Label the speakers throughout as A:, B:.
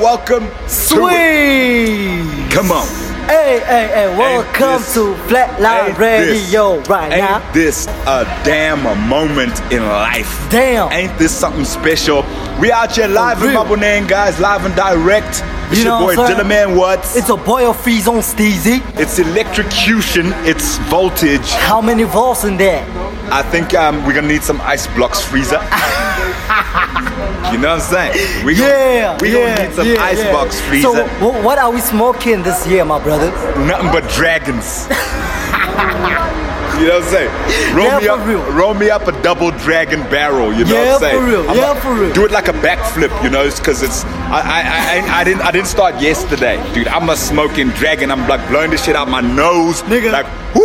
A: Welcome
B: Sweet!
A: to Come on.
B: Hey, hey, hey, welcome
A: this-
B: to Flatline
A: Ain't this-
B: Radio right now.
A: Ain't this a damn a moment in life?
B: Damn.
A: Ain't this something special? We out here live in
B: real.
A: Mabonang, guys, live and direct. It's
B: You know
A: your
B: what
A: boy
B: I'm saying?
A: Dillaman Watts.
B: It's a boil freeze on Steezy.
A: It's electrocution. It's voltage.
B: How many volts in there?
A: I think um, we're gonna need some ice blocks freezer. you know what I'm saying? We gonna-
B: Yeah,
A: we
B: yeah,
A: gonna need some
B: yeah,
A: ice
B: yeah.
A: box freezer.
B: So, w- what are we smoking this year, my brother?
A: nothing but dragons. you know what I'm saying? Roll
B: Yeah,
A: me
B: for
A: up,
B: real.
A: roll me up a double dragon barrel. You know
B: Yeah,
A: what I'm saying?
B: for real.
A: I'm
B: Yeah,
A: a-
B: for real.
A: Do it like a backflip. You know, it's because it's I, I I ain't- I didn't I didn't start yesterday, dude. I'm a smoking dragon. I'm like blowing this shit out my nose,
B: Nigga.
A: Like woo,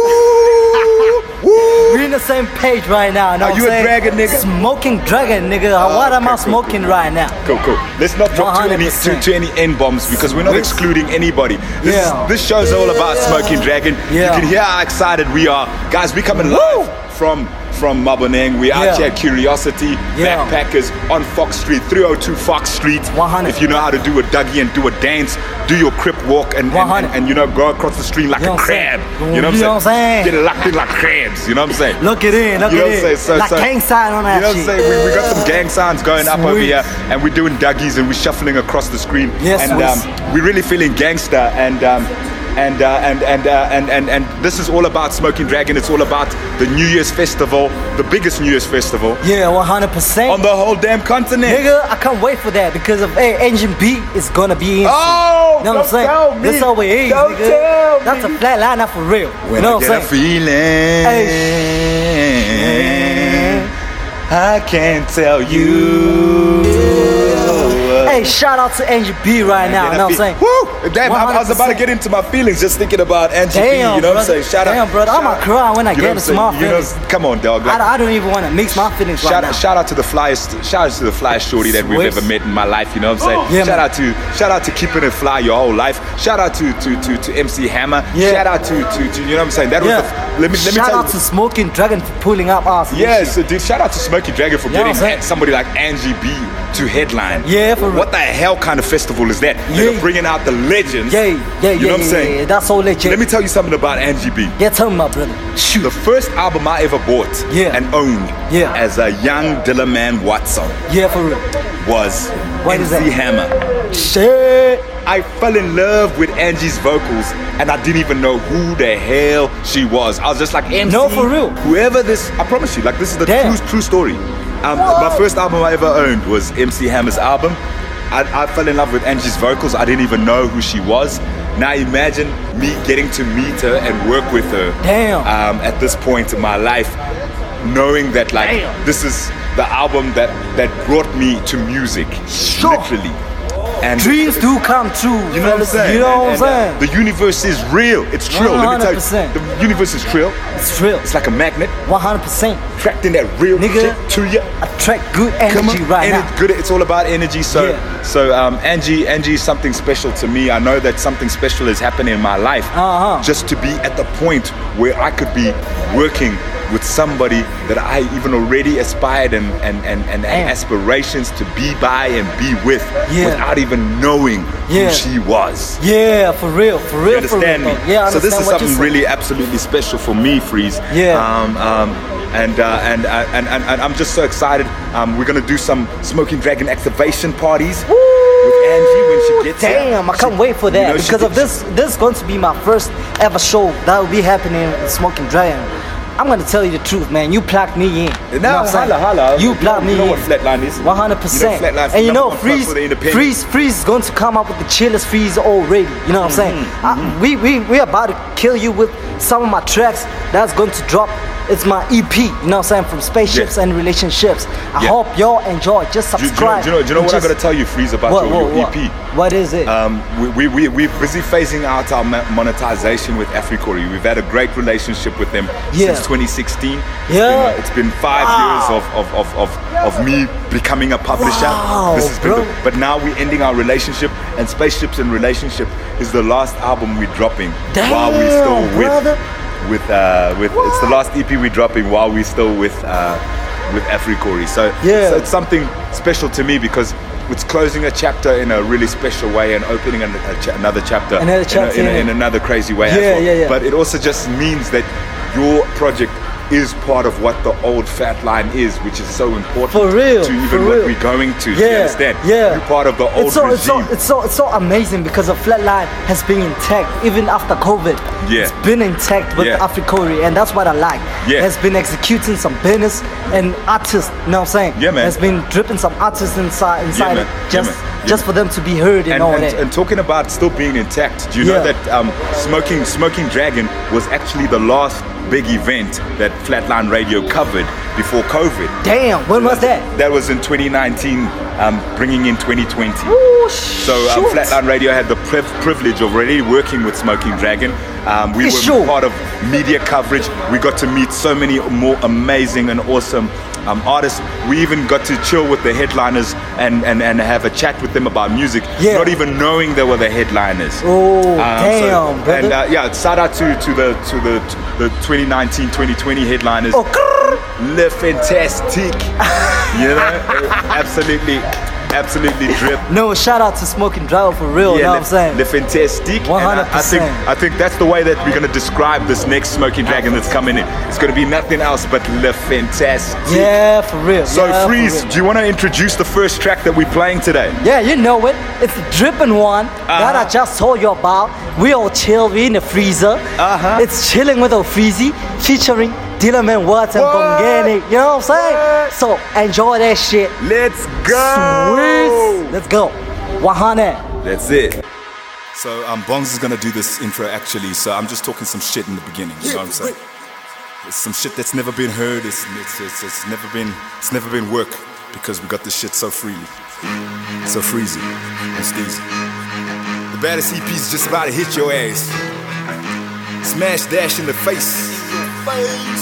A: woo.
B: We're in the same page right now. know
A: Are
B: what
A: you
B: I'm
A: a
B: saying?
A: dragon, nigga? Ah,
B: Smoking dragon, nigga. what am
A: okay,
B: I
A: cool,
B: smoking right now?
A: Cool, cool. Let's not drop too many, too,
B: 100%.
A: too any N bombs because we're not
B: We're-
A: excluding anybody. This,
B: Yeah.
A: is, this show's all about
B: Yeah.
A: Smoking Dragon.
B: Yeah.
A: You can hear how excited we are. Guys, we coming
B: Woo!
A: live from from Maboneng. We out
B: Yeah.
A: here at Curiosity,
B: Yeah.
A: Backpackers on Fox Street, 302 Fox Street.
B: 100.
A: If you know how to do a Dougie and do a dance, do your crip walk and, and,
B: 100.
A: and, and, you know, go across the stream like
B: You know
A: a
B: what I'm saying?
A: crab. You know what I'm
B: You know
A: saying?
B: what I'm saying?
A: Get locked in like crabs. You know what I'm saying?
B: Look it in, look
A: you know what
B: it
A: I'm saying?
B: in.
A: So,
B: like
A: so-
B: gang sign on that
A: you know what I'm
B: shit.
A: saying? We, we got some gang signs going up over
B: Sweet.
A: here, and we're doing Dougies and we're shuffling across the screen.
B: Yes,
A: and
B: yes.
A: um, we're really feeling gangster and. Um, and, uh, and and uh, and and and this is all about Smoking Dragon. It's all about the New Year's festival, the biggest New Year's festival
B: Yeah, 100%.
A: on the whole damn continent.
B: Nigga, I can't wait for that because of hey, Engine B is gonna be in.
A: Oh,
B: you know what I'm
A: don't
B: saying?
A: tell me.
B: That's how it is,
A: Don't
B: nigga.
A: tell me.
B: That's a flat line, not for real. you know what
A: I
B: I'm
A: get
B: saying?
A: a feeling, I can't tell you.
B: Hey, shout out to Engine B right now. You know what I'm saying?
A: Woo! Damn, I, I was about to
B: 100%.
A: get into my feelings just thinking about Angie B,
B: Damn,
A: you know what I'm saying?
B: brother.
A: Shout out.
B: Damn, brother. I'ma
A: shout-
B: cry when I
A: you know
B: get
A: what
B: into
A: I'm
B: my
A: saying? You know,
B: feelings.
A: come on, dog. Like,
B: I, I don't even want to mix my feelings
A: Shout
B: right
A: out,
B: now.
A: shout out to the flyest, shout out to the flyest shorty that we've
B: Swiss.
A: ever met in my life. You know what I'm saying?
B: Yeah,
A: shout
B: man.
A: out to shout out to keeping it fly your whole life. Shout out to to to, to MC Hammer.
B: Yeah.
A: Shout out to, to to you know what I'm saying? That
B: yeah.
A: was the, f- let me let me
B: shout
A: tell
B: out
A: you.
B: to Smoking Dragon for pulling up us.
A: Yeah, so dude, shout out to Smoky Dragon for
B: Yeah,
A: getting
B: I'm saying.
A: an- somebody like Angie B to headline.
B: Yeah, for real.
A: What the hell kind of festival is that? They're
B: Yeah.
A: bringing out the legends.
B: Yeah, yeah, yeah.
A: You know what I'm
B: yeah,
A: saying?
B: yeah, That's all legit.
A: Let me tell you something about Angie B.
B: yeah, tell me, my brother.
A: The first album I ever bought
B: Yeah.
A: and owned
B: Yeah.
A: as a young Dillaman Watson
B: Yeah, for real.
A: was
B: What is
A: MC
B: that?
A: Hammer.
B: Shit.
A: I fell in love with Angie's vocals and I didn't even know who the hell she was. I was just like, MC,
B: No, for real.
A: Whoever this, I promise you, like this is the
B: Damn.
A: true, true story. Um, my first album I ever owned was MC Hammer's album. I, I fell in love with Angie's vocals. I didn't even know who she was. Now imagine me getting to meet her and work with her.
B: Damn.
A: Um, at this point in my life, knowing that like
B: Damn.
A: this is the album that that brought me to music,
B: Sure.
A: literally. And
B: Dreams do come true.
A: you know what I'm saying?
B: You know what I'm
A: And, uh,
B: saying?
A: the universe is real. It's trill. Let me tell you.
B: 100%.
A: The universe is trill.
B: It's real.
A: It's like a magnet,
B: 100%.
A: attracting that real
B: Nigga.
A: shit to you.
B: Attract good
A: Come on.
B: energy right
A: and
B: now.
A: it's good. It's all about energy. So,
B: Yeah.
A: so um, Angie, Angie is something special to me. I know that something special is happening in my life.
B: Uh-huh.
A: Just to be at the point where I could be working with somebody that I even already aspired and and and, and, had
B: Damn.
A: aspirations to be by and be with,
B: Yeah.
A: without even knowing
B: Yeah.
A: who she was.
B: Yeah, for real, for real,
A: You understand
B: for
A: me?
B: real. though. Yeah, I
A: so this is
B: understand what you're
A: something
B: saying.
A: really absolutely special for me, Freeze.
B: Yeah.
A: Um, um, and, uh, and, uh, and, and, and I'm just so excited. Um, we're going to do some Smoking Dragon activation parties with Angie when she gets here.
B: Damn, I can't
A: She-
B: wait for that
A: you know, she
B: because of
A: gets-
B: this. This is going to be my first ever show that will be happening in Smoking Dragon. I'm gonna tell you the truth, man. You plugged me in. You know
A: No,
B: what I'm saying?
A: holla, holla.
B: You plugged me
A: You know
B: in.
A: what Flatline is.
B: 100%.
A: You know Flatline's
B: and you
A: number
B: know,
A: one club
B: Freeze,
A: for the independent.
B: Freeze, Freeze is going to come up with the chillest Freeze already. You know what I'm saying?
A: Mm-hmm,
B: I, we, we, we about to kill you with some of my tracks that's going to drop. It's my EP, you know what I'm saying, from Spaceships
A: Yeah.
B: and Relationships. I
A: Yeah.
B: hope y'all enjoy. Just
A: Do, do you know,
B: subscribe.
A: do you know, do you know
B: and
A: what I
B: just-
A: got to tell you, Freeze, about
B: What,
A: your,
B: what,
A: your E
B: what?
A: EP?
B: What is it?
A: Um, we, we, we, we're busy phasing out our mo- monetization with Africori. We've had a great relationship with them
B: Yeah.
A: since 2016. It's
B: Yeah.
A: Been, it's been five years of, of, of, of, of me becoming a publisher.
B: Wow,
A: this has been
B: bro.
A: the- but now we're ending our relationship, and Spaceships and Relationship is the last album we're dropping while we're still
B: Damn,
A: with.
B: brother.
A: With, uh, with it's the last EP we're dropping while we're still with uh, with Africori. So,
B: Yeah.
A: so it's something special to me because it's closing a chapter in a really special way and opening an, a cha- another chapter,
B: Another
A: in a-
B: chapter,
A: in, a,
B: yeah.
A: in another crazy way as
B: Yeah,
A: well.
B: yeah, yeah.
A: But it also just means that your project is part of what the old fat line is, which is so important
B: For real,
A: to even
B: for
A: what
B: real.
A: we're going to. do you
B: Yeah,
A: understand?
B: yeah.
A: You're part of the old
B: it's so,
A: regime.
B: it's so it's so it's so amazing because the flatline has been intact even after COVID.
A: Yeah.
B: It's been intact with
A: Yeah.
B: Africori and that's what I like.
A: Yeah.
B: Has been executing some business and artists, you know what I'm saying?
A: Yeah, man.
B: Has been dripping some artists inside inside
A: man.
B: it
A: Yeah,
B: just
A: man. Yeah,
B: just
A: man.
B: for them to be heard and,
A: and,
B: all
A: and,
B: that.
A: and talking about still being intact, do you know
B: Yeah.
A: that um, smoking smoking dragon was actually the last big event that Flatline Radio covered before COVID?
B: Damn, when was that?
A: That was in 2019, um, bringing in 2020.
B: Ooh,
A: So um,
B: shoot.
A: Flatline Radio had the priv- privilege of already working with Smoking Dragon. Um, we were
B: Sure.
A: part of media coverage. We got to meet so many more amazing and awesome um, artists. We even got to chill with the headliners and, and, and have a chat with them about music,
B: Yeah.
A: not even knowing they were the headliners. Um,
B: Oh, damn, brother.
A: And uh, yeah, shout out to, to the to the, to the 2019-2020 headliners.
B: Oh, grrr.
A: Le Fantastic. you know, absolutely, absolutely drip.
B: no, shout out to Smoking Drive for real, you
A: le,
B: know what Oh, I'm saying?
A: le fantastique. And I- I, think
B: 100%.
A: I think that's the way that we're gonna describe this next smoking dragon that's coming in. It's gonna be nothing else but le fantastique.
B: yeah, for real.
A: So
B: yeah, for
A: Freeze,
B: real.
A: do you want to introduce the first track that we're playing today?
B: Yeah, you know it. It's the dripping one
A: Uh-huh.
B: that I just told you about. We all chill, we in the freezer.
A: Uh-huh.
B: It's chilling with Freezy featuring Dillerman Watts and
A: What?
B: Bongani. You know what I'm saying? So enjoy that shit.
A: Let's go.
B: Sweet. Let's go. Wahane.
A: That's it. So um, Bongs is gonna do this intro actually. So I'm just talking some shit in the beginning. You know what I'm saying? It's some shit that's never been heard. It's it's, it's, it's never been it's never been work because we got this shit so freely, so freezy, it's easy. The baddest EP's just about to hit your ass. Smash dash in the face.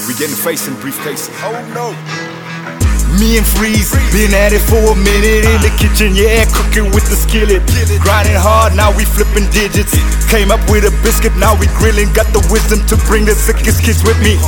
A: We getting face in briefcases. Oh no. Me and Freeze been at it for a minute in the kitchen, yeah, cooking with the skillet. Grinding hard, now we flipping digits. Came up with a biscuit, now we grilling. Got the wisdom to bring the sickest kids with me.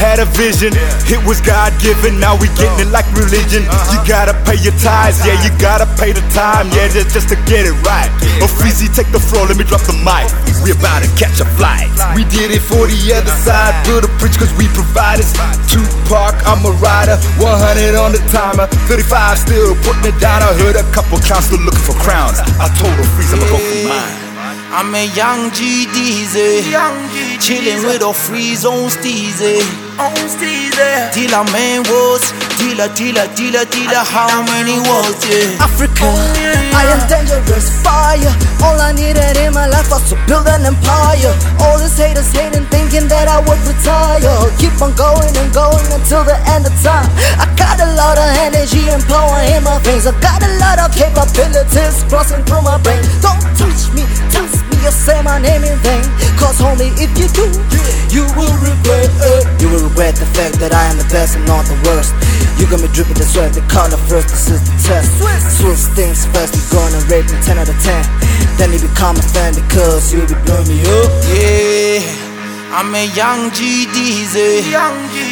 A: Had a vision, it was God given, now we getting it like religion. You gotta pay your tithes, yeah, you gotta pay the time, yeah, just, just to get it right. Oh, Freezy, take the floor, let me drop the mic. We about to catch a flight. We did it for the other side, build a bridge cause we providers. Tupac, I'm a rider, 100 on the timer, 35 still putting it down. I heard a couple clowns still looking for crowns. I told her freeze, I'ma go for mine.
C: I'm a young G Deezy, chillin' with a free zone steezy. Dealer man was, dealer, dealer, dealer, dealer, how many was yeah?
D: Africa. I am dangerous fire. All I needed in my life was to build an empire. All these haters hating, thinking that I would retire. Keep on going and going until the end of time. I got a lot of energy and power in my veins. I got a lot of capabilities crossing through my brain. Don't touch me, touch me, or say my name in vain. Cause homie, if you do, you will regret it. You will regret the fact that I am the best and not the worst. You got me dripping the sweat, the color first, this is the test. Swiss things first, you gonna rate me 10 out of 10. Then you become a fan because you be blowing me up.
C: Yeah, I'm a young G Deezy,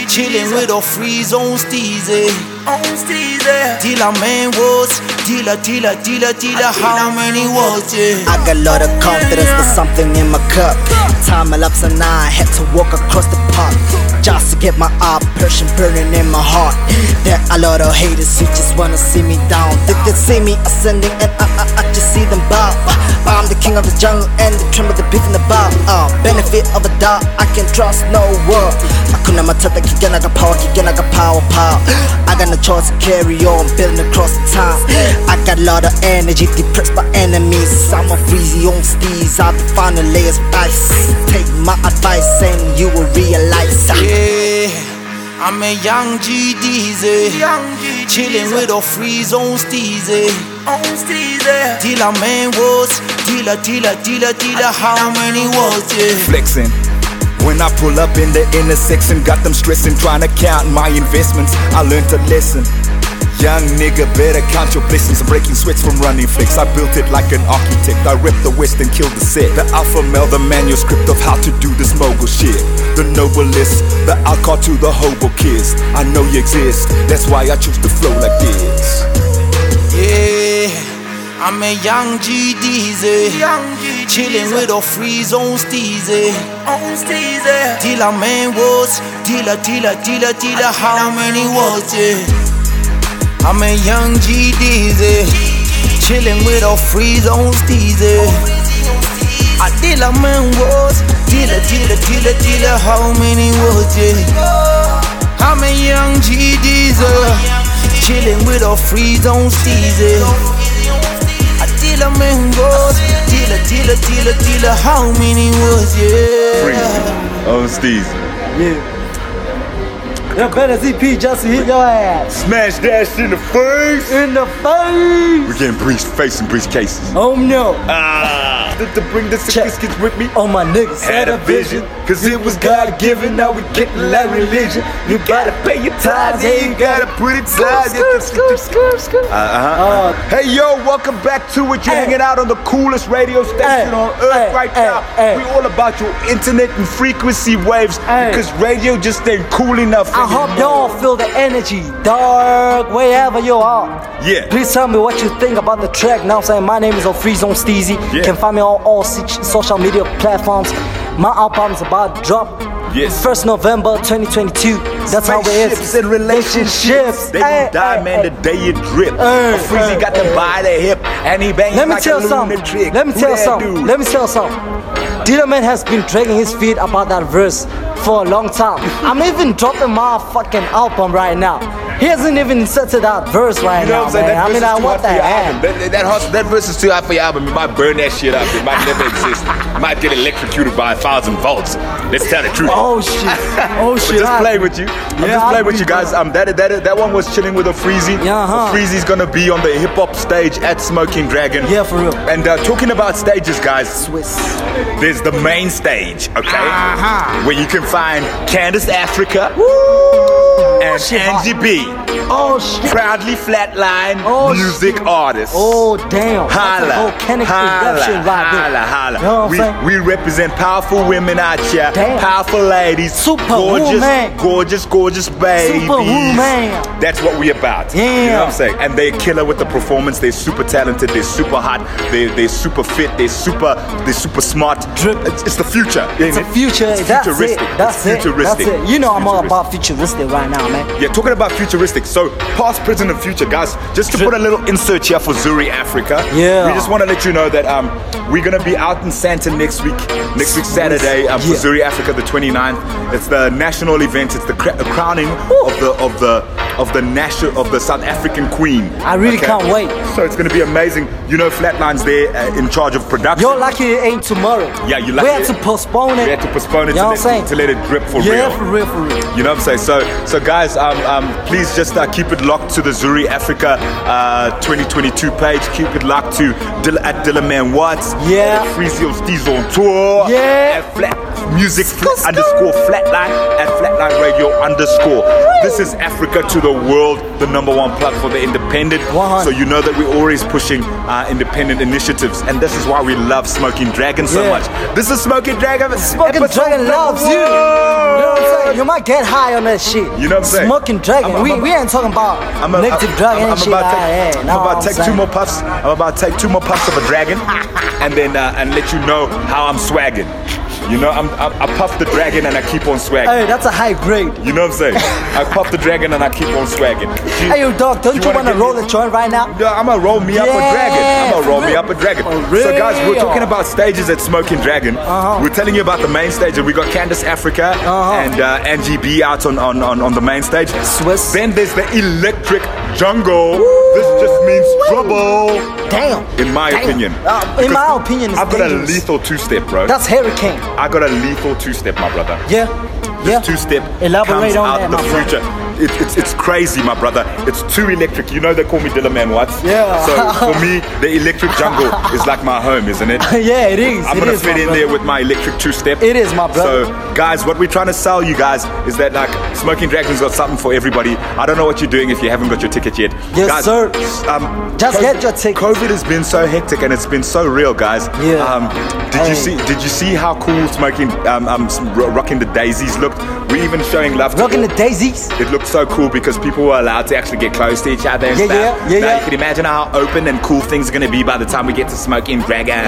C: chillin' with a free zone steezy. Dealer man was, dealer, dealer, dealer, dealer, how many was yeah?
D: I got a lot of confidence, but something in my cup. Time elapsed and I had to walk across the park just to get my operation burning in my heart. There are a lot of haters who just wanna see me down. They can see me ascending and I, I, I just see them bow. I'm the king of the jungle and they tremble the beef in the bob. Uh, benefit of a doubt, I can trust no one. I couldn't matata kicking like a power, kicking like a power power. I got no choice to carry on, building across the time. I got a lot of energy, depressed by enemies. I'm a freezy on steez, I'll be finding layers of ice. Take my advice and you will realize.
C: Yeah, I'm a young G Deezy, chillin' with a free zone steezy. Dealer man was, dealer, dealer, dealer, dealer, how many was yeah?
E: flexing. When I pull up in the intersection, got them stressing, trying to count my investments. I learned a lesson. Young nigga, better count your blessings. I'm breaking sweats from running flicks. I built it like an architect. I rep the West and killed the set. The alpha male, the manuscript of how to do this mogul shit. The noblest, the outcast to the hobo kids. I know you exist, that's why I choose to flow like this.
C: Yeah, I'm a young G Dizzy, chilling with a free zone steezy. Till a man was, till a, till a, till a, till a, how many was it? I'm a young G Dizzy, chilling with a free zone steezy. I deal a man was, deal a, deal a, deal a, deal a, how many was it? I'm a young G Diesel, chilling with a freeze on season. I deal a mangoes, deal a deal a deal a deal a how many was
A: Free.
C: yeah?
A: Oh, Steez.
B: Yeah. Your better CP just hit your ass
A: Smash dash in the face.
B: in the face.
A: We're getting breeze face and briefcases.
B: Oh no.
A: Ah. Did to bring the
B: Check.
A: sickest kids with me.
B: All my niggas
A: Had a vision, cause it was God given. Now we get like religion. You gotta pay your tithes, yeah, you gotta put it aside.
B: Scoop, scoop, scoop, scoop.
A: Uh-huh. Hey yo, welcome back to it. You're
B: Hey.
A: hanging out on the coolest radio station
B: Hey.
A: on earth
B: Hey.
A: right
B: Hey.
A: now.
B: Hey.
A: We all about your internet and frequency waves
B: Hey.
A: because radio just ain't cool enough.
B: I
A: anymore.
B: hope y'all feel the energy, dark, wherever you are.
A: Yeah.
B: Please tell me what you think about the track. Now I'm saying my name is Ofrizon Steezy.
A: Yeah.
B: You can find me on all se- social media platforms. My album's about to drop.
A: Yes.
B: 1st November 2022. That's how it is.
A: Spaceships and relationships. They
B: Hey,
A: gon' die,
B: hey,
A: man,
B: hey.
A: the day it drip.
B: Hey,
A: A Freezy
B: hey,
A: got the
B: hey.
A: by the hip, and he bangs
B: Let me
A: like
B: tell
A: a
B: something.
A: lunatic.
B: Let me
A: Who
B: tell
A: that
B: something.
A: dude?
B: Let me tell something. Dieter Man has been dragging his feet about that verse for a long time. I'm even dropping my fucking album right now. He hasn't even inserted that verse right
A: You know
B: now,
A: what I'm saying?
B: man. I
A: verse
B: mean,
A: is
B: I
A: too
B: want
A: hot for
B: that.
A: your album. That, that, hot- that verse is too hot for your album. You might burn that shit up. It might never exist. You might get electrocuted by a thousand volts. Let's tell the truth.
B: Oh shit. Oh
A: We're
B: shit.
A: just
B: I-
A: playing with you. I'm
B: Yeah,
A: just
B: I
A: playing with you
B: agree,
A: guys. Um, that, that that one was chilling with a Freezy.
B: Yeah, uh-huh.
A: Freezy's gonna be on the hip hop stage at Smoking Dragon.
B: Yeah, for real.
A: And uh, talking about stages, guys,
B: Swiss.
A: there's the main stage, okay?
B: Uh-huh.
A: Where you can find Candace Africa and
B: she hot.
A: Angie B,
B: Oh shit.
A: proudly flatline
B: Oh,
A: music artist.
B: Oh damn. That's a
A: Holla,
B: volcanic
A: holla,
B: eruption right there.
A: holla, holla.
B: You know what I'm saying?
A: we, we represent powerful women out here,
B: Damn.
A: powerful ladies,
B: Super
A: gorgeous,
B: woman.
A: gorgeous, gorgeous babies.
B: woman.
A: That's what we about. You know
B: Yeah.
A: what I'm saying? And they're killer with the performance. They're super talented. They're super hot. They they're super fit. They're super they're super smart.
B: Drip.
A: It's, it's the future.
B: It's a future.
A: It's
B: that's
A: futuristic.
B: It. That's
A: it's
B: it.
A: futuristic.
B: That's it. You know I'm all
A: Futuristic.
B: about futuristic right now, man.
A: Yeah, talking about futuristic. So, past, present, and future, guys. Just to put a little insert here for Zuri Africa.
B: Yeah.
A: We just want to let you know that um, we're gonna be out in Santa next week. Next week Saturday um, for
B: Yeah.
A: Zuri Africa, the 29th. It's the national event. It's the cra- the crowning of the of the of the national of the South African Queen.
B: I really can't wait.
A: So it's gonna be amazing. You know, Flatline's there uh, in charge of production.
B: You're lucky it ain't tomorrow.
A: Yeah, you're lucky
B: We had to
A: it-
B: postpone it.
A: we had to postpone it to
B: You know
A: let,
B: what I'm
A: to
B: saying?
A: let it drip for
B: yeah,
A: real.
B: for real, for real.
A: You know what I'm saying? So, so guys, um, um, please just uh, keep it locked to the Zuri Africa uh, 2022 page. Keep it locked to Dil- at Dillaman Watts.
B: Yeah.
A: Freezeal Steez on tour.
B: Yeah.
A: At flat music
B: Skr, skr.
A: underscore flatline at flatline radio underscore. This is Africa to the world, the number one plug for the independent.
B: One.
A: So you know that we're always pushing uh, independent initiatives, and this is why we love Smoking Dragon so
B: Yeah.
A: much. This is Smoking Dragon.
B: Smoking
A: episode
B: Dragon loves you. You know what I'm saying? You might get high on that shit.
A: You know what I'm saying?
B: Smoking Dragon.
A: I'm- I'm
B: we,
A: about-
B: we ain't talking about
A: I'm a,
B: negative
A: I'm-
B: dragon
A: I'm,
B: and
A: I'm
B: shit.
A: about to
B: like
A: take,
B: that.
A: I'm
B: Nah,
A: about
B: I'm
A: to take two
B: saying.
A: more puffs. I'm about to take two more puffs of a dragon, and then uh, and let you know how I'm swagging. You know, I'm, I, I puff the dragon and I keep on swagging.
B: Hey, that's a high grade.
A: You know what I'm saying? I puff the dragon and I keep on swagging. You-
B: Hey, yo, dog, don't you,
A: wanna
B: want to
A: get
B: roll
A: me-
B: a joint right now?
A: no, I'm gonna roll me up a
B: Yeah,
A: dragon. I'm gonna
B: for
A: roll me
B: real.
A: up a dragon.
B: For
A: So, guys, we're
B: real.
A: talking about stages at Smoking Dragon.
B: Uh-huh.
A: We're telling you about the main stage, and we got Candace Africa
B: Uh-huh.
A: and uh, Angie B out on, on, on, on the main stage.
B: Swiss.
A: Then there's the Electric Jungle. This just means trouble,
B: Damn.
A: in my
B: Damn.
A: opinion.
B: Uh, in
A: Because
B: my opinion, it's
A: I've got
B: dangerous.
A: a lethal two step, bro.
B: That's Hurricane.
A: I got a lethal two step, my brother
B: Yeah. Yeah.
A: two step
B: Elaborate
A: comes
B: on
A: out
B: that,
A: the
B: my brother.
A: future. It, it's, it's crazy, my brother. It's too electric. You know they call me Dillaman Watts.
B: Yeah.
A: So for me, the electric jungle is like my home, isn't it?
B: yeah, it is.
A: I'm
B: It
A: gonna
B: is,
A: fit
B: my
A: in
B: brother.
A: there with my electric two-step.
B: It is, my brother.
A: So, guys, what we're trying to sell you guys is that like Smoking Dragon's got something for everybody. I don't know what you're doing if you haven't got your ticket yet.
B: Yes,
A: guys,
B: sir.
A: Um,
B: Just
A: COVID,
B: get your ticket.
A: COVID has been so hectic and it's been so real, guys.
B: Yeah.
A: Um, did you see?
B: Hey.
A: Did you see how cool Smoking um, um Ro- Rocking the Daisies looked? We're even showing love. to
B: Rocking
A: all-
B: the daisies.
A: It looked it's so cool because people were allowed to actually get close to each other and
B: Yeah,
A: stuff.
B: yeah, yeah,
A: now
B: yeah.
A: you can imagine how open and cool things are gonna be by the time we get to Smoking Dragon.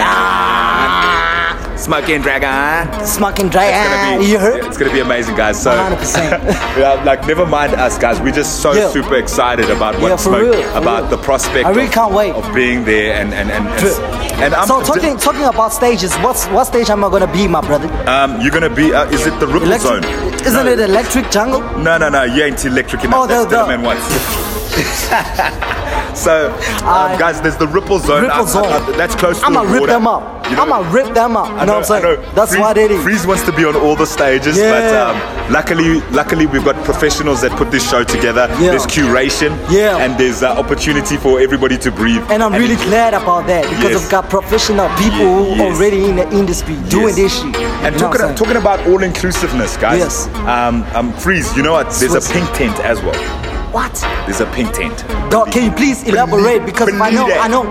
A: Smoking Dragon.
B: Smoking dry.
A: It's gonna
B: ass.
A: be,
B: Ah. You heard?
A: It's gonna be amazing, guys. So,
B: 100%.
A: yeah, like never mind us, guys. We're just so
B: Yeah.
A: super excited about what
B: Yeah, for
A: smoke,
B: real, for
A: about
B: real.
A: the prospect.
B: I really
A: of,
B: can't wait.
A: of being there and and and and,
B: True.
A: and I'm
B: so talking talking about stages, what's what stage am I gonna be, my brother?
A: Um, you're gonna be. Uh, is it the Ripple Zone?
B: Electric, isn't
A: No.
B: it electric jungle?
A: No, no, no. You ain't electric enough.
B: Oh,
A: That's
B: the- the-
A: Dillerman once. so, um,
B: I-
A: guys, there's the Ripple Zone. Uh,
B: Ripple Zone.
A: that's close to
B: I'ma
A: the
B: rip
A: water.
B: them up.
A: You know-
B: I'ma rip them up. You know, what I'm
A: I
B: saying? That's
A: Freeze,
B: what it is.
A: Freeze wants to be on all the stages,
B: Yeah.
A: but um, luckily, luckily we've got professionals that put this show together.
B: Yeah.
A: There's curation,
B: Yeah.
A: and there's uh, opportunity for everybody to breathe.
B: And I'm really
A: enjoy.
B: glad about that because
A: Yes.
B: I've got professional people
A: Ye-
B: who
A: yes.
B: already in the industry doing
A: Yes.
B: this shit.
A: And
B: You know
A: talking,
B: what I'm saying?
A: talking about all inclusiveness, guys.
B: Yes.
A: Um, um, freeze. You know what? There's
B: Swiss.
A: a pink tent as well.
B: what?
A: There's a pink tent.
B: Dog, can you please elaborate? Because if I know,
A: Believe it.
B: I know,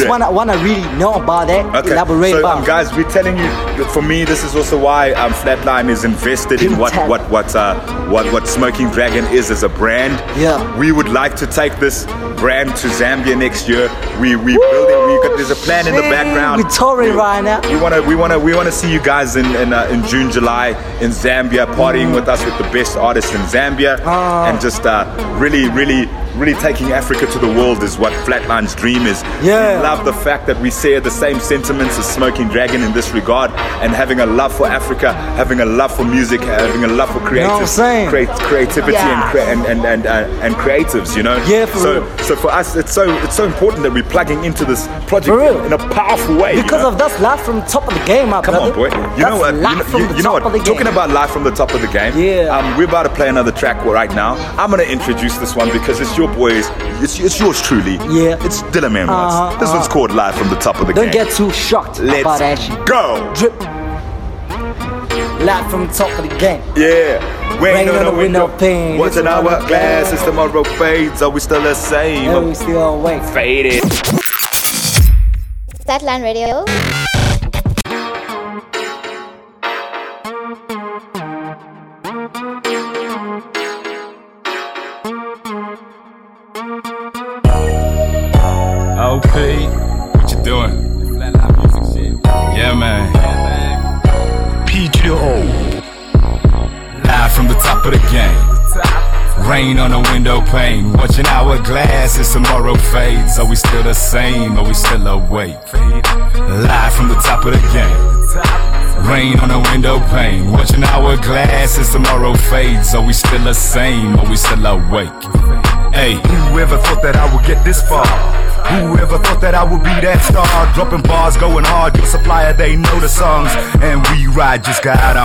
A: Believe it.
B: wanna wanna really know about that. Elaborate
A: so,
B: about.
A: um, guys, we're telling you. that For me, this is also why um, Flatline is invested in what
B: Intact.
A: what what uh, what what Smoking Dragon is as a brand.
B: Yeah.
A: We would like to take this brand to Zambia next year. We we building. We got, there's a plan in the
B: Man,
A: background.
B: we touring
A: We-
B: right now.
A: We wanna we wanna we wanna see you guys in in, uh, in June, July in Zambia,
B: Mm.
A: partying with us with the best artists in Zambia,
B: Ah.
A: and just uh, really really. Really taking Africa to the world is what Flatline's dream is.
B: Yeah.
A: We love the fact that we share the same sentiments as Smoking Dragon in this regard, and having a love for Africa, having a love for music, having a love for
B: what I'm
A: creative,
B: saying?
A: creat- creativity and, cre- and and and uh, and creatives. You know.
B: Yeah, for
A: so
B: real.
A: so for us, it's so it's so important that we're plugging into this project
B: For real.
A: in a powerful way. you
B: because
A: know?
B: of that's live from the top of the game, my
A: Come
B: brother.
A: on, boy. You know
B: That's
A: what? You
B: live
A: know,
B: from
A: you-
B: the
A: you know
B: top of
A: what?
B: the game.
A: Talking about live from the top of the game.
B: Yeah.
A: Um, we're about to play another track right now. I'm gonna introduce this one because it's your boys. It's, it's yours truly.
B: Yeah.
A: It's Dylan Man
B: Uh-huh,
A: This one's called Live from the Top of the
B: Don't
A: Game.
B: get too shocked
A: Let's
B: about that shit.
A: go.
B: Drip. Live from the top of the game.
A: Yeah. We
B: Rain on a window pane.
A: What's
B: It's
A: an
B: another
A: hourglass?
B: day.
A: It's tomorrow fades. Are we still the same?
B: And we still awake.
A: Faded.
F: Flatline Radio.
G: OP, what you doing? Yeah, man. PGO. Live from the top of the game. Rain on a window pane. Watching hourglass as tomorrow fades. Are we still the same? Are we still awake? Live from the top of the game. Rain on a window pane. Watching hourglass as tomorrow fades. Are we still the same? Are we still awake? Hey, whoever thought that I would get this far? Whoever thought that I would be that star? Dropping bars, going hard. Your supplier, they know the songs. And we ride, just got on.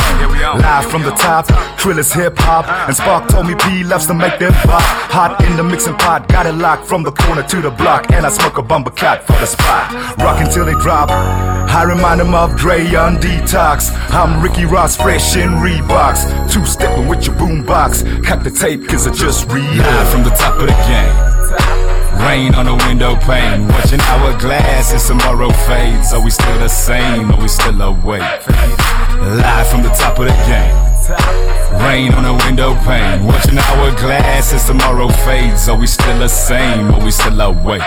G: Live from the top, Trilla's hip hop. And Spark told me P loves to make that pop. Hot in the mixing pot, got it locked from the corner to the block. And I smoke a bumper cat for the spot. Rock until they drop. I remind them of Dre on detox. I'm Ricky Ross, fresh in Reeboks. Two stepping with your boombox. Cut the tape, cause I just read. Live from the top of the game. Rain on a window pane, watching hourglass as tomorrow fades. Are we still the same? Are we still awake? Live from the top of the game. Rain on a window pane, watching hourglass as tomorrow fades. Are we still the same? Are we still awake?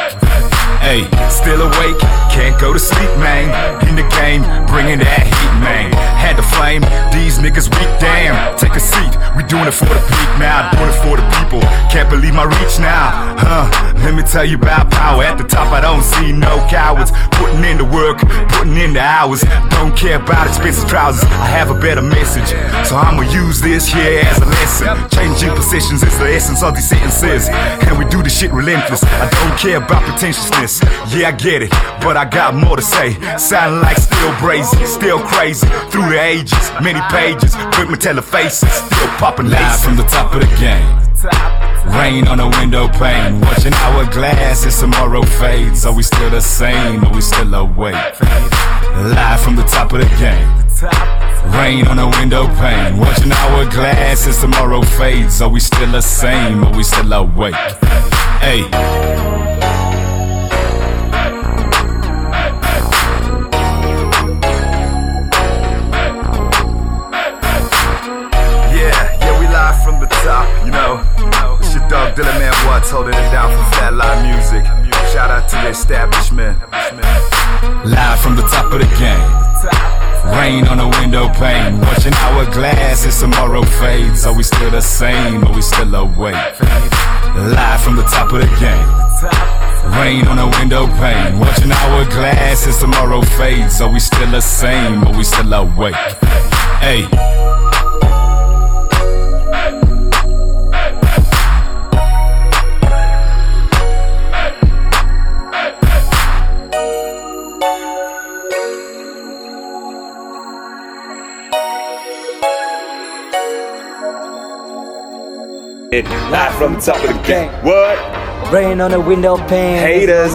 G: Hey, still awake, can't go to sleep, man. In the game, bringing that heat, man. Had the flame, these niggas weak, damn. Take a seat, we doing it for the peak now, doing it for the people. Can't believe my reach now, huh? Let me tell you about power. At the top, I don't see no cowards. Putting in the work, putting in the hours. Don't care about expensive trousers, I have a better message. So I'ma use this here as a lesson. Changing positions is the essence of these sentences. And we do this shit relentless. I don't care about pretentiousness. Yeah, I get it, but I got more to say. Sound like still brazy, still crazy. Through the ages, many pages. Quick metallic faces, still popping live from the top of the game. Rain on a window pane, watching hourglass as tomorrow fades. Are we still the same? Are we still awake? Live from the top of the game. Rain on a window pane, watching hourglass as tomorrow fades. Are we still the same? Are we still awake? Hey. Yeah, yeah, we live from the top, you know. top of the game. Rain on a window pane, watching hourglass as tomorrow fades. Are we still the same? Are we still awake? Live from the top of the game. Rain on a window pane, watching hourglass as tomorrow fades. Are we still the same? Are we still awake? Hey.
A: It live from the top of the game. What?
B: Rain on a window pane.
A: Haters.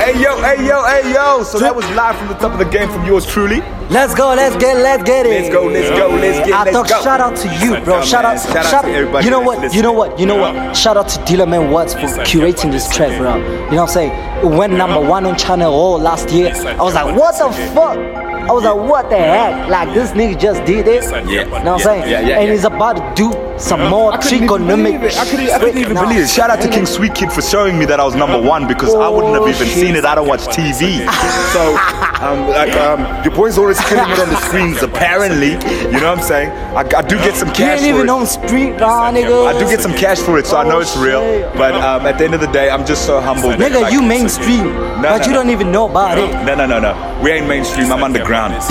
A: Hey yo, hey yo, hey yo. So that was live from the top of the game from yours truly.
B: Let's go, let's get, let's get it.
A: Let's go, let's go, let's get,
B: I
A: let's
B: thought
A: go.
B: shout out to you,
A: Listen,
B: bro.
A: dumbass.
B: Shout out,
A: Shout out to everybody
B: You know
A: that's
B: what? You know what? You know what? Shout out to Dealer Man Watts for
A: Listen,
B: curating
A: everybody,
B: this track,
A: listen.
B: bro. You know what I'm saying? It went number one on Channel O last year.
A: Listen,
B: I was like,
A: everybody,
B: what the
A: listen.
B: fuck? I was like, what the heck? Like this nigga just did it.
A: Listen,
B: You know
A: everybody,
B: what I'm
A: yeah,
B: saying?
A: yeah, yeah,
B: And
A: yeah.
B: he's about to do some more
A: I couldn't even
B: trigonomic.
A: believe it. I couldn't, I couldn't even believe it. Shout out to King Sweet Kid for showing me that I was number one because I wouldn't have even
B: Oh,
A: seen it. I don't watch TV. So, um, like, um, your boy's always killing it on the screens, apparently. You know what I'm saying? I, I do get some
B: You
A: cash
B: ain't
A: for
B: even
A: it.
B: on street, nah, nigga.
A: I do get some cash for it, so I know it's real. But um, at the end of the day, I'm just so humble.
B: Nigga,
A: Like,
B: you mainstream,
A: No,
B: but
A: no,
B: you
A: no.
B: don't even know about it.
A: No, no, no, no. We ain't mainstream. I'm underground. you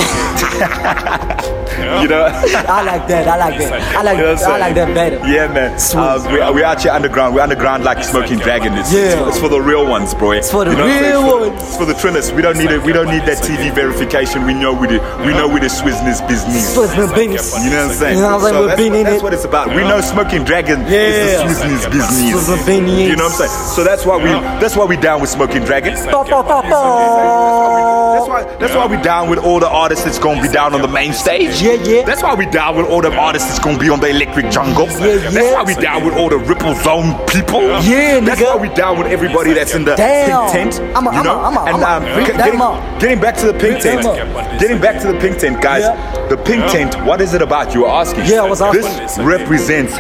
A: know.
B: I like that. I like that. I like
A: You know what
B: that.
A: I'm
B: I
A: saying?
B: like that better.
A: Yeah, man. Um, we, we're out here underground. We're underground like smoking dragon. It's, it's-
B: Yeah.
A: it's for the real ones, bro. It's
B: for the
A: what I'm saying?
B: real
A: It's for the-
B: ones.
A: It's for the trillers. We don't need it. We don't need that TV verification. We know we the we know we the Swizznes business.
B: So it's the business.
A: You know what I'm saying?
B: You know what I'm saying?
A: So that's,
B: We've been
A: what,
B: in
A: that's
B: it.
A: what it's about. We know smoking dragon
B: Yeah.
A: is the Swizznes business.
B: Swiss business.
A: You know what I'm saying? So that's why we that's why we down with smoking dragon.
B: Ba, ba, ba,
A: That's
B: ba.
A: why that's why we down with all the artists that's gonna be down on the main stage.
B: Yeah, yeah.
A: That's why we down with all the artists that's gonna be on the electric jungle.
B: Yeah,
A: That's why
B: yeah.
A: we down with all the ripple zone people.
B: Yeah,
A: That's
B: nigga.
A: why we down with everybody that's in the
B: Damn.
A: pink tent.
B: I'ma-
A: you know?
B: I'ma- I'ma-
A: and
B: I'ma
A: um,
B: bring
A: get-
B: them
A: getting,
B: up.
A: getting back to the pink
B: Bring
A: tent.
B: them up.
A: Getting back to the pink tent, guys.
B: Yeah.
A: The pink tent, what is it about? You were asking.
B: Yeah, I was asking.
A: This represents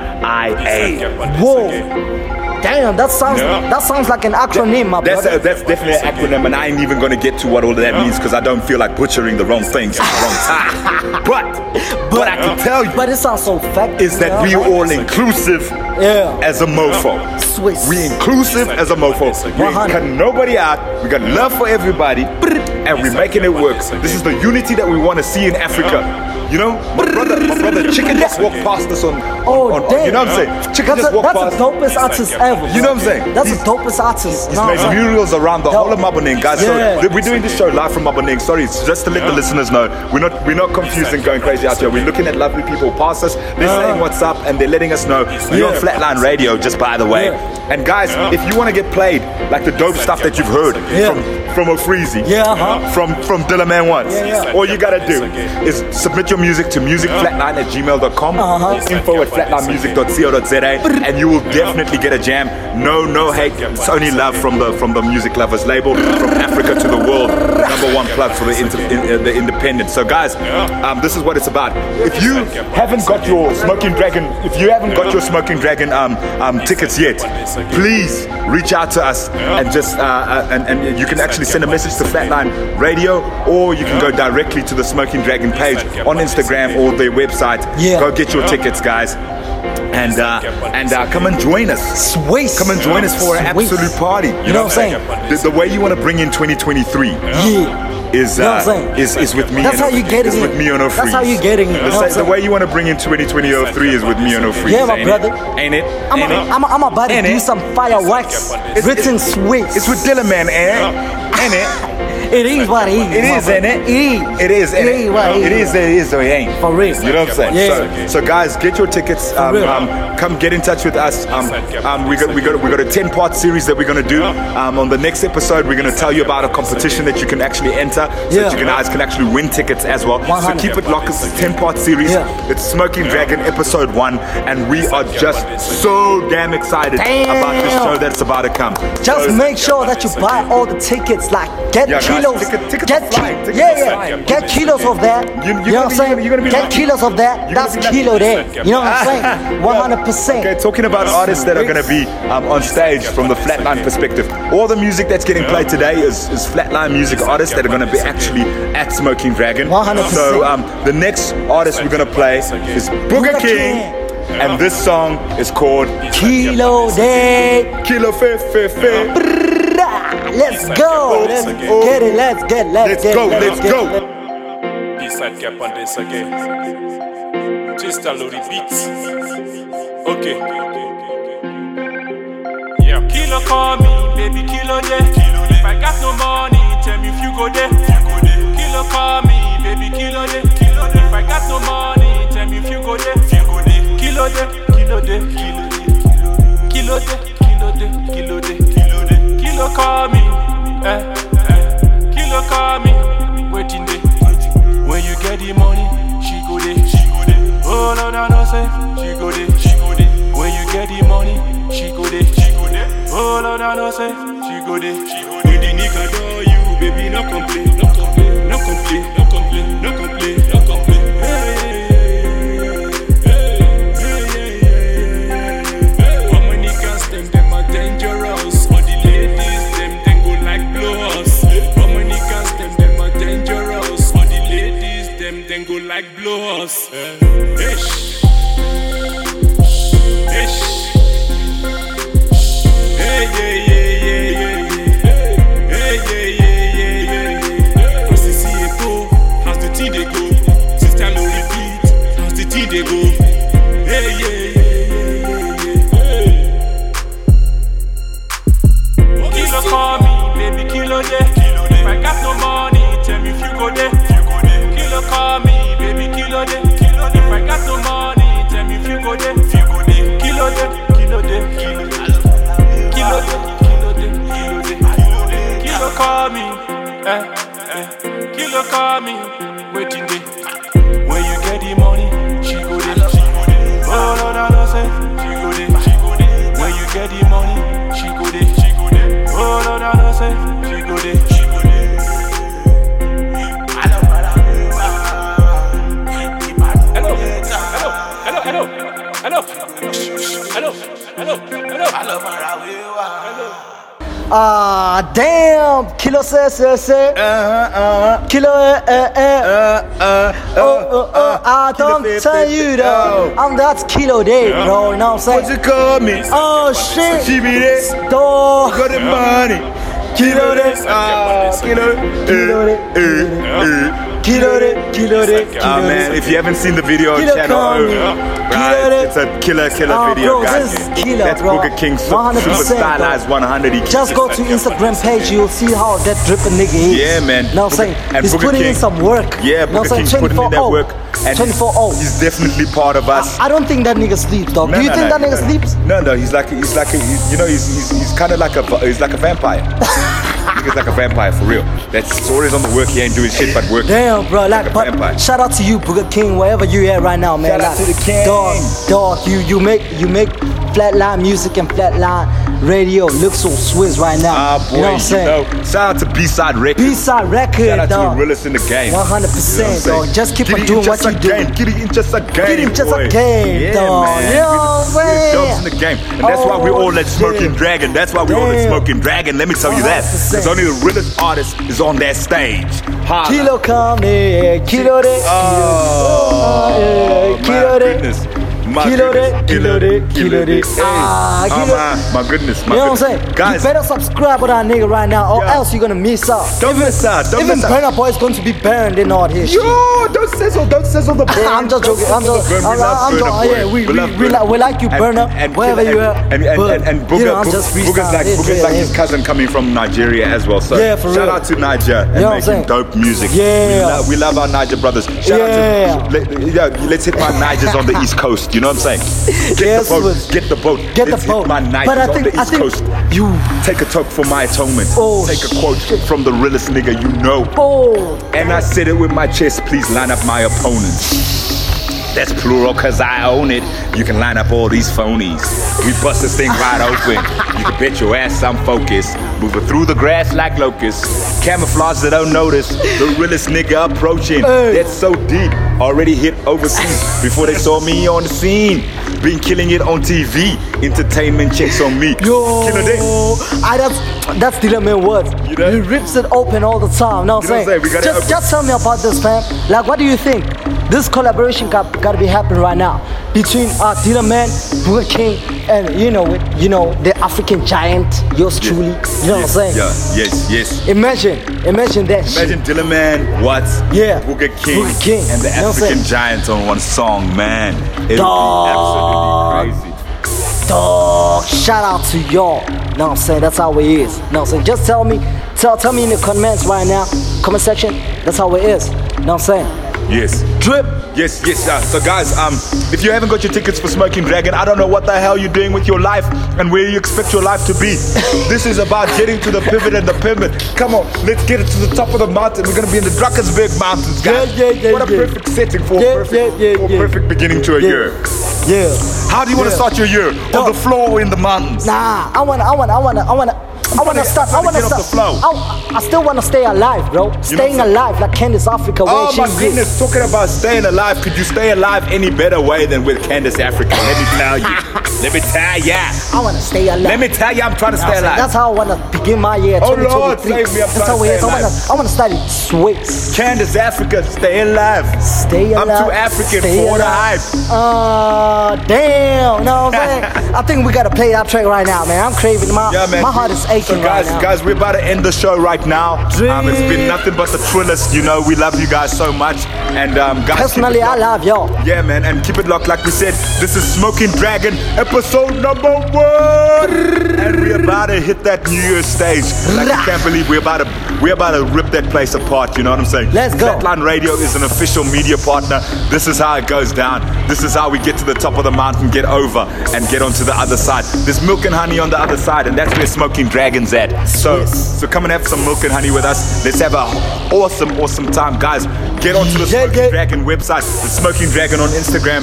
A: LGBTQIA.
B: Whoa. Damn, that sounds that sounds like an acronym, my
A: That's
B: brother.
A: a, that's definitely an acronym, and I ain't even gonna get to what all of that means because I don't feel like butchering the wrong things at the wrong time. but but I can tell you
B: but it sounds so fact.
A: is that we
B: yeah.
A: all inclusive
B: Yeah.
A: as a mofo.
B: Swiss.
A: We inclusive as a mofo. We ain't
B: 100.
A: cutting nobody out. We got love for everybody, and we're making it work. This is the unity that we want to see in Africa. You know, my brother, my brother, Chicken just walked past us on, on,
B: Oh
A: on- on-
B: damn.
A: you know what I'm saying? Chicken
B: That's,
A: just
B: a,
A: walked
B: that's
A: past.
B: the dopest artist ever.
A: You know what I'm saying?
B: That's
A: He's-
B: the dopest artist.
A: He's
B: No,
A: made
B: no.
A: murals around the whole of Mabuning, guys.
B: Yeah.
A: So th- we're doing this show live from Mabuning. Sorry, it's just to let the listeners know we're not we're not confused and going crazy out here. We're looking at lovely people past us. They're saying what's up and they're letting us know you're on Flatline Radio. Just by the way, and guys, if you want to get played like the dope stuff that you've heard
B: Yeah.
A: from from O'Freezy,
B: Yeah, uh-huh.
A: from from Dilla Man once,
B: Yeah, yeah.
A: all you gotta do is submit your music to musicflatline at gmail.com,
B: Uh-huh.
A: info at flatlinemusic.co.za, and you will definitely get a jam. No, no hate. It's only love from the from the music lovers label, from Africa to the world. Number one plug for the inter, in, uh, the independent. So guys, um, this is what it's about. If you haven't got your smoking dragon, if you haven't got your smoking dragon um, um, tickets yet, please reach out to us and just uh, uh, and, and you can actually send a message to Flatline Radio, or you can go directly to the Smoking Dragon page on Instagram or their website.
B: Yeah.
A: Go get your tickets, guys. And uh, and uh, come and join us.
B: Swiss.
A: Come and join us for an
B: Swiss.
A: absolute party.
B: You know what I'm
A: The, the way you want to bring in 2023
B: Yeah.
A: is
B: You know what I'm
A: uh,
B: saying?
A: is is with me.
B: That's
A: and
B: how you getting
A: is
B: it.
A: with me on a
B: That's
A: freeze.
B: how you getting it. You know
A: The,
B: what I'm
A: sa- the
B: saying?
A: way you want to bring in 2023 is with me on a freeze.
B: Yeah, my
A: ain't
B: brother.
A: It? Ain't it?
B: I'm,
A: Ain't it?
B: I'm, I'm about to
A: Ain't
B: do
A: it?
B: some fireworks
A: It's-
B: written
A: it's-
B: Swiss.
A: It's with Dylan Man, and ain't it?
B: It is what it E. is.
A: It is,
B: my
A: ain't
B: brother.
A: it?
B: It is.
A: It is,
B: It
A: ain't
B: is
A: it?
B: what it
A: It
B: is.
A: is, it is, or it ain't.
B: For real.
A: You know what I'm saying?
B: Yeah.
A: So, so guys, get your tickets. Um, um, come get in touch with us. Um, um, we got we got we got a ten part series that we're gonna do. Um, on the next episode, we're gonna tell you about a competition that you can actually enter. better so
B: Yeah.
A: that you guys can actually win tickets as well. So
B: 100.
A: keep it locked. It's a 10 part series.
B: Yeah.
A: It's Smoking Dragon episode one. And we are just so damn excited about this
B: Damn.
A: show that's about to come.
B: Just
A: So-
B: make sure that you buy all the tickets. Like get
A: Yeah, guys,
B: kilos,
A: ticket- tickets
B: get
A: are flying, tickets
B: yeah,
A: are
B: yeah,
A: flying.
B: get kilos of that.
A: You-
B: You,
A: you're
B: know
A: gonna
B: what I'm
A: be-
B: saying?
A: you're gonna be
B: get
A: lucky.
B: kilos of that.
A: You're
B: That's
A: gonna be
B: kilo
A: lucky.
B: there. You know what
A: Ah.
B: I'm saying? One hundred
A: Okay,
B: percent.
A: talking about artists that are going to be um, on stage from the flatline perspective. All the music that's getting played today is, is flatline music artists that are going to be actually at Smoking Dragon.
B: 100%.
A: So um, the next artist we're going to play is Booger
B: Booga
A: King, and this song is called
B: Kilo there.
A: Kilo Fe Fe Fe.
B: Brah, Let's go. Let's get it. Let's get. Let's
A: Let's
B: get.
A: go, let's go.
F: Eastside Cap on this again. Just a loaded beat. Okay. Yeah. Kilo call me, baby kilo there. If I got no money, tell me if you go there. Kilo call me, baby kilo there. If I got no money, tell me if you go there. Kilo there, kilo there, kilo there. Kilo there, kilo there, kilo there. Kilo call me, eh, eh. Kilo call me, waiting there. When you get the money, she go there. She go there. Oh no no no say, she go there. She go there. When you get the money, she go there. She go there. Oh no no no say, she go there. She go there. When the nigga know you, baby, no complain, no complain, no complain, no complain, no complain, no complain. Mama niggas them them are dangerous. All the ladies them them go like blow us. Mama niggas them them are dangerous. All the ladies them them go like Eh. blow us. Ish. Ish. Hey Eh, yeah yeah yeah yeah. Hey yeah yeah yeah yeah. As the see it go, as the tea they go. Since time no repeat, as the tea they go. Hey yeah yeah yeah yeah Eh. yeah. Kilo call me, baby kilo there. If I got no money, tell me if you go there. Kilo call me, baby kilo there. If I got no money, tell me if you go there. Kilo there, kilo there, kilo there. Kilo there, kilo there, kilo there. Kilo call me, eh, eh. Kilo call me, waiting there. When you get the money, she go there. Oh no no no say, she go there. She go there. When you get the money, she go there. She go there. Oh no no no say, she go there. She go there. Hello, hello, hello, hello, hello, hello, hello, hello, hello.
B: Ah damn. Kilo say say say.
A: Uh-huh,
B: Kilo eh eh
A: Uh,
B: eh. Oh, oh, oh, I don't tell you though.
A: oh.
B: I'm that kilo day, bro. You know what I'm
A: What you
B: saying?
A: call me?
B: Oh shit.
A: She be there.
B: Dog.
A: Got the money. Kilo there. Ah, Kilo.
B: Kilo there.
A: Eh, eh, eh.
B: Kilo de, kilo de,
A: Ah
B: kilo
A: man,
B: de.
A: if you haven't seen the video,
B: Killer
A: channel O,
B: Kanye.
A: right?
B: Killer it.
A: It's a killer, killer
B: Oh,
A: video,
B: bro,
A: guys.
B: this is killer,
A: That's
B: bro.
A: Booker King, su-
B: 100%,
A: super stylized 100. He keeps
B: Just
A: it
B: go
A: like
B: to
A: that.
B: Instagram page, you'll see how that dripping nigga is.
A: Yeah, man.
B: Know what I'm saying?
A: And
B: He's
A: Booker
B: putting
A: King-
B: in some work.
A: Yeah,
B: know what
A: Booker
B: I'm
A: King's
B: saying?
A: putting in that
B: 24-0.
A: work, and
B: 24-0.
A: he's definitely part of us.
B: I don't think that nigga sleeps, dog. oh. Do you think that nigga
A: no.
B: sleeps?
A: No, no. He's like, he's like, a, he's, you know, he's he's, he's kind of like a he's like a vampire. He's like a vampire for real. That's it's always on the work. He ain't doing shit but work.
B: Damn, bro. Like,
A: a vampire.
B: but shout out to you, Booker King, wherever you at right now, man.
A: Shout out
B: like,
A: to the king.
B: Dog, dog, you you make you make flatline music and flatline radio look so Swiss right now.
A: Ah, boy,
B: you know what I'm saying?
A: Shout out to B-side Records.
B: B-side record,
A: Shout out to the
B: dog.
A: realest in the game. You
B: 100%,
A: know what I'm saying?
B: dog. Just keep
A: Get
B: on
A: it
B: doing
A: in just
B: what
A: a
B: you doing.
A: game. Get it in just a game.
B: Get it in just a
A: boy.
B: game,
A: yeah,
B: dog.
A: Man.
B: You
A: We the-
B: know what I'm
A: we the
B: saying?
A: dogs in the game. And that's why we
B: Oh,
A: all at Smoking
B: shit.
A: Dragon. That's why we all at
B: Damn.
A: Smoking Dragon. Let me tell you that.
B: 100%.
A: Because only the realest artist is on that stage. Holla.
B: Kilo come here, kilo de,
A: Oh,
B: Yeah, kilo
A: my
B: de.
A: goodness. My
B: Kilo de,
A: goodness.
B: kilo de, kilo de.
A: Hey.
B: Ah,
A: Oh,
B: kilo-
A: my, my goodness, my
B: You know what I'm
A: goodness.
B: saying?
A: Guys,
B: you better subscribe with that nigga right now, or
A: Yeah.
B: else you're gonna miss out.
A: don't miss out. Don't
B: Even
A: miss out.
B: Burner Boy is going to be burned in all his shit.
A: Yo, don't sizzle, don't sizzle the burn.
B: I'm just joking. I'm just.
A: Burn,
B: I'm,
A: we love
B: I'm,
A: Burna
B: I'm just. oh,
A: Boy.
B: Yeah, we, we,
A: love
B: we,
A: Burna.
B: like, we like you,
A: And-
B: Burner.
A: and-
B: Wherever
A: and-
B: you are.
A: And, and,
B: but,
A: and, and Booger,
B: you know, I'm
A: Boog-
B: just
A: Booger's like,
B: freestyling.
A: Booger's
B: Yeah,
A: like his
B: yeah.
A: cousin coming from Nigeria as well. So
B: Yeah, for
A: shout
B: real.
A: out to Niger and
B: You know what I'm
A: making
B: saying?
A: dope music. We
B: Yeah.
A: love, we love our Niger brothers. Shout out to
B: Yeah.
A: let, yeah, let's hit my Nigers on the East Coast. You You know what I'm saying? Get
B: Yes,
A: the boat.
B: but-
A: Get the boat.
B: Get the
A: it's
B: boat.
A: My night
B: But I
A: is on
B: think-
A: the
B: I
A: East
B: think
A: Coast.
B: you-
A: take a toke for my atonement.
B: Oh,
A: take a quote from the realest nigga you know.
B: Oh,
A: And I said it with my chest. Please line up my opponents. That's plural cause I own it. You can line up all these phonies. We bust this thing wide open. You can bet your ass I'm focused. Moving through the grass like locusts. Camouflage that don't notice. The realest nigga approaching. That's so deep. Already hit overseas before they saw me on the scene. Been killing it on TV. Entertainment checks on me.
B: yo,
A: Killer dick.
B: I that's that's Dylan Man word.
A: You know?
B: He rips it open all the time. Now
A: You know what I'm
B: saying,
A: saying? We gotta
B: just
A: open-
B: just tell me about this, man. Like, what do you think? This collaboration got gotta be happening right now between uh, Dylan Man, Burger King, and you know, with, you know, the African giant, yours truly. You know what I'm saying?
A: Yeah, yes, yes.
B: Imagine, imagine that. shit.
A: Imagine Dylan Man, Watts,
B: Yeah.
A: Booker King,
B: Booker King.
A: and the
B: You know what I'm
A: African
B: saying?
A: Giants on one song, man. It would be
B: Dog.
A: absolutely crazy.
B: Dog, shout out to y'all. Know what I'm saying? That's how it is. Know what I'm saying? Just tell me, tell tell me in the comments right now, comment section, that's how it is. Know what I'm saying?
A: Yes.
B: Drip.
A: Yes, yes, uh, so guys, um, if you haven't got your tickets for Smoking Dragon, I don't know what the hell you're doing with your life and where you expect your life to be. this is about getting to the pivot and the pivot. Come on, let's get it to the top of the mountain. We're gonna be in the Drakensberg Mountains, guys.
B: Yeah, yeah, yeah,
A: what a
B: yeah.
A: perfect setting for
B: Yeah,
A: a perfect,
B: yeah, yeah,
A: for a
B: yeah.
A: perfect beginning to a
B: Yeah.
A: year.
B: Yeah.
A: How do you want to
B: Yeah.
A: start your year? On the floor or in the mountains?
B: Nah, I wanna, I wanna, I wanna, I wanna. I wanna
A: tryna-
B: start.
A: I'm
B: I wanna
A: tryna get
B: start.
A: off the flow.
B: I, I still wanna stay alive, bro. Staying
A: saying?
B: alive like Candice Africa. Where
A: Oh
B: she
A: my
B: live.
A: goodness, talking about staying alive, could you stay alive any better way than with Candace Africa? Let me tell you. Let me tell ya.
B: I wanna stay alive.
A: Let me tell ya, I'm trying to stay
B: That's
A: alive.
B: how I wanna begin my year.
A: Oh, Lord,
B: 2023.
A: save me, I'm
B: That's
A: tryna
B: how it
A: stay
B: is. I wanna,
A: alive.
B: I wanna study sweats.
A: Candace Africa, stay alive.
B: Stay
A: I'm
B: alive.
A: too African
B: stay
A: for the
B: alive.
A: hype.
B: Uh, damn. You know what I'm saying? I think we gotta play that track right now, man. I'm craving my
A: Yeah, man.
B: my heart is aching
A: So guys,
B: right now.
A: guys, we're about to end the show right now. Um, it's been nothing but the thrillest. You know, we love you guys so much. And um, guys, keep it
B: Personally, I
A: locked.
B: love y'all.
A: Yeah, man, and keep it locked. Like we said, this is Smoking Dragon, episode number one, and we're about to hit that New Year's stage. Like, I can't believe we're about to we're about to rip that place apart. You know what I'm saying?
B: Let's go.
A: Flatline Radio is an official media partner. This is how it goes down. This is how we get to the top of the mountain, get over, and get onto the other side. There's milk and honey on the other side, and that's where Smoking Dragon's at. So, so come and have some milk and honey with us. Let's have a awesome, awesome time, guys. Get onto the
B: Yeah,
A: Smoking
B: yeah.
A: Dragon website, the Smoking Dragon on Instagram,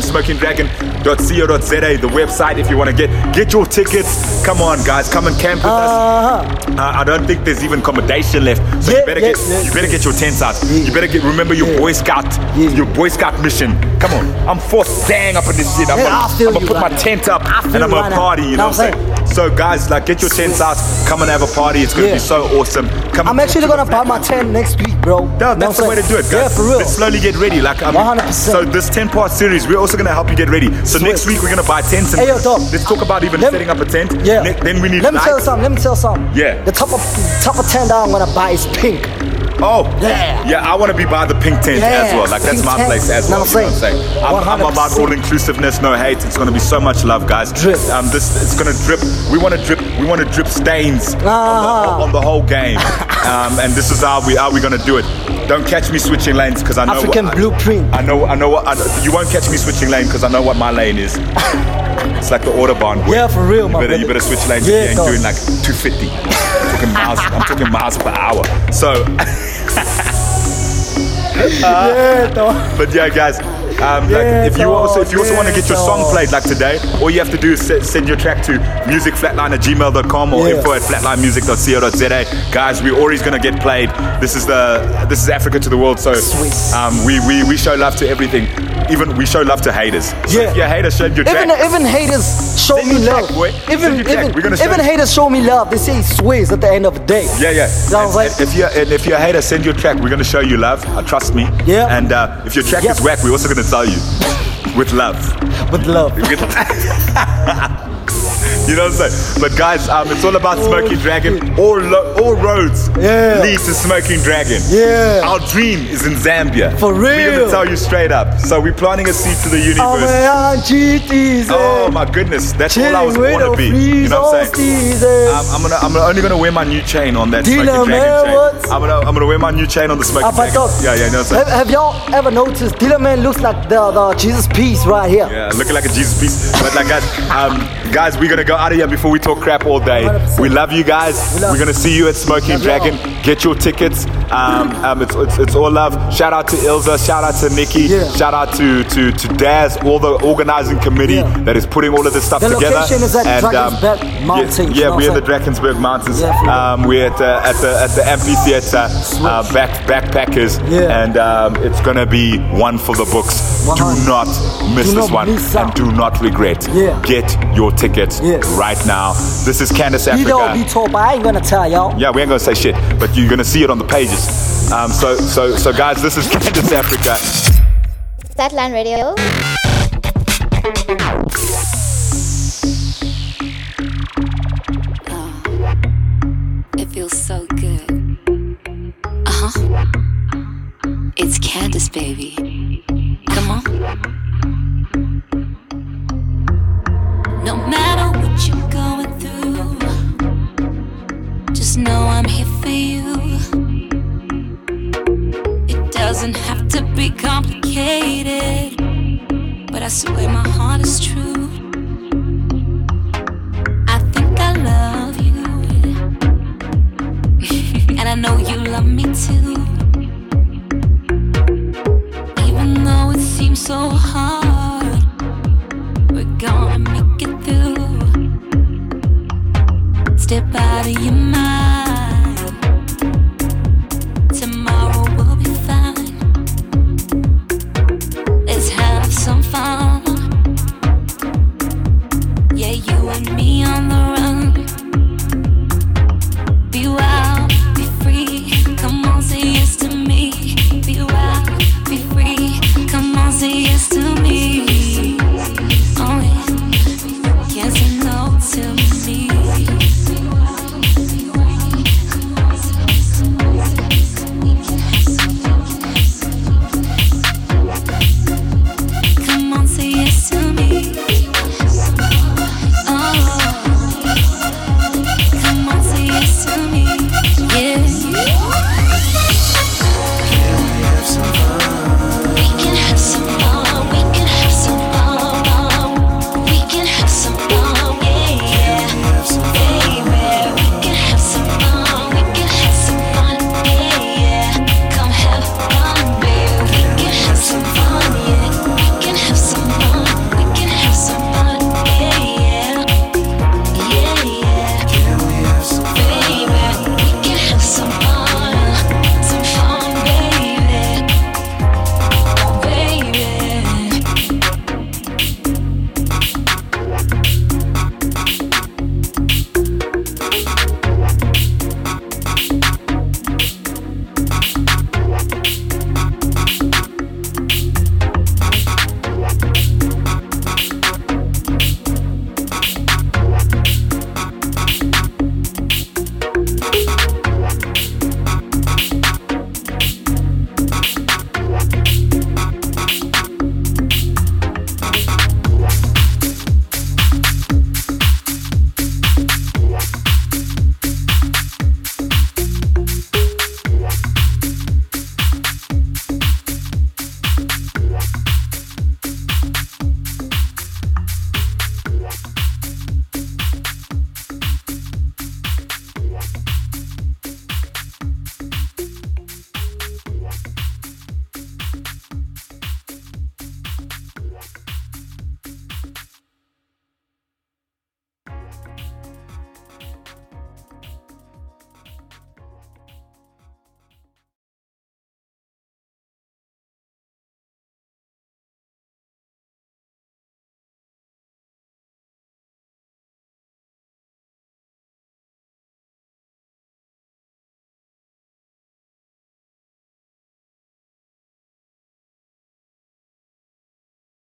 A: smokingdragon.co.za, the website if you want to get get your tickets. Come on, guys, come and camp with us.
B: Uh-huh.
A: Uh, I don't think there's even accommodation left, so
B: Yeah,
A: you better
B: yeah,
A: get
B: yeah,
A: you better
B: yeah.
A: get your tents out.
B: Yeah.
A: You better get remember your
B: Yeah.
A: Boy Scout,
B: Yeah.
A: your Boy Scout mission. Come on, I'm forced dang up in this shit. I'm
B: Yeah, I feel
A: gonna, I'm gonna
B: you
A: put
B: right
A: my
B: now.
A: tent up
B: I feel
A: and I'm
B: you
A: gonna
B: right now.
A: party. You know what I'm saying? So guys, like get your tents out, come and have a party. It's gonna
B: Yeah.
A: be so awesome. Come and
B: I'm
A: talk
B: actually
A: to the
B: gonna buy my tent next week, bro.
A: no,
B: Know what I'm
A: that's the way to
B: saying?
A: do it, guys.
B: Yeah, for real.
A: Let's slowly get ready. Like, I mean,
B: 100%.
A: So this ten-part series, we're also gonna help you get ready. So next week we're gonna buy tents. And
B: Hey, yo, Tom.
A: let's talk about even
B: Let me-
A: setting up a tent.
B: Yeah.
A: Ne- then we need
B: Let me tell you
A: lights.
B: something. Let me tell you something.
A: Yeah.
B: The top of top of tent that I'm gonna buy is pink.
A: Oh.
B: Yeah.
A: Yeah, I want to be by the pink tent
B: Yeah.
A: as well. Like that's
B: Pink
A: my
B: tent.
A: place as well.
B: Know
A: You
B: what
A: know
B: I'm
A: what I'm
B: saying?
A: saying? I'm, I'm about
B: 100%.
A: all inclusiveness, no hate. It's gonna be so much love, guys.
B: Drip.
A: Um, this it's gonna drip. We want to drip. We want to drip stains on the-
B: Ah.
A: on, the, whole game. um, and this is how we how we gonna do it. Don't catch me switching lanes because I know
B: African
A: what,
B: blueprint.
A: I know, I know what. I, you won't catch me switching lane because I know what my lane is. it's like the autobahn. boy.
B: Yeah, for real,
A: you
B: my
A: better, you
B: brother.
A: better switch lanes.
B: Yeah,
A: if you
B: dog.
A: ain't doing like 250. I'm talking miles. I'm talking miles per hour. So,
B: Yeah, though.
A: but yeah, guys. Um,
B: Yeah,
A: like if you also
B: dog.
A: if you also want to
B: Yeah,
A: get your song
B: dog.
A: played like today, all you have to do is se- send your track to musicflatline at gmail.com or
B: Yeah.
A: info at flatlinemusic.co.za. Guys, we're always gonna get played. This is the this is Africa to the world. So
B: Swiss.
A: um, we, we we show love to everything. Even we show love to haters. So
B: Yeah.
A: if you're a hater, send your track.
B: Even even haters show
A: Send
B: me
A: your
B: love.
A: track, boy. Send
B: Even
A: your track.
B: even
A: We're gonna show
B: even
A: you.
B: haters show me love. They say swears at the end of the day.
A: Yeah, yeah. And-
B: Sounds like-
A: and if you're and if you're a hater, send your track. We're gonna show you love. Uh, trust me.
B: Yeah.
A: And uh, if your track
B: Yep.
A: is whack, we're also gonna tell you with love.
B: With love.
A: We're gonna- You know what I'm saying? But guys, um, it's all about Smoking Dragon. All lo- all roads
B: Oh, Yeah.
A: leads to Smoking Dragon.
B: Yeah.
A: Our dream is in Zambia.
B: For
A: We're
B: real. Oh,
A: gonna tell you straight up. So we're planting a seed to the universe.
B: I'm a GTZ.
A: Oh my goodness, that's all I
B: Chilling
A: was
B: with
A: born
B: the
A: to be. You know what I'm saying?
B: freeze on
A: I'm, I'm gonna, I'm only gonna wear my new chain on that
B: Dealer,
A: smoking
B: man,
A: dragon chain.
B: what?
A: I'm gonna, I'm gonna wear my new chain on the smoking
B: Up I
A: dragon.
B: thought-
A: Yeah, yeah, you know what I'm saying?
B: Have, have y'all ever noticed Dealer Man looks like the, the Jesus piece right here?
A: Yeah, looking like a Jesus piece. But like guys, um, guys, we're gonna go out of here before we talk crap all day.
B: 100%.
A: We love you guys.
B: We love
A: we're gonna see you at Smoking
B: Love
A: Dragon. Get your tickets. Um, um, it's, it's, it's all love. Shout out to Ilza. Shout out to Nikki.
B: Yeah.
A: Shout out to, to to Daz, all the organizing committee
B: Yeah.
A: that is putting all of this stuff
B: The
A: together. um,
B: location is at Drakensberg
A: yeah,
B: Mountains, you
A: Yeah,
B: know
A: we're in
B: what
A: the
B: I'm
A: Drakensberg Mountains.
B: Yeah, for real.
A: um, we're at, uh, at the at the amphitheater. Uh, back backpackers.
B: Yeah.
A: And um, it's gonna be one for the books. Do
B: 100.
A: not miss
B: Do
A: this
B: not
A: one
B: miss
A: and
B: out.
A: do not regret.
B: Yeah.
A: Get your tickets
B: Yes.
A: right now. This is Candace
B: He don't be
A: Africa.
B: told, but I ain't gonna tell y'all.
A: Yeah, we ain't gonna say shit, but you're gonna see it on the pages. Um, so, so, so, guys, this is Candace Africa.
H: Satlan Radio.
I: It feels so good. Uh huh. It's Candace, baby. Come on. No matter what you're going through, just know I'm here for you. It doesn't have to be complicated, but I swear my heart is true. I think I love you. And I know you love me too. Even though it seems so hard, we're gonna make it through. Step out of your mind. Oh, Oh, Oh,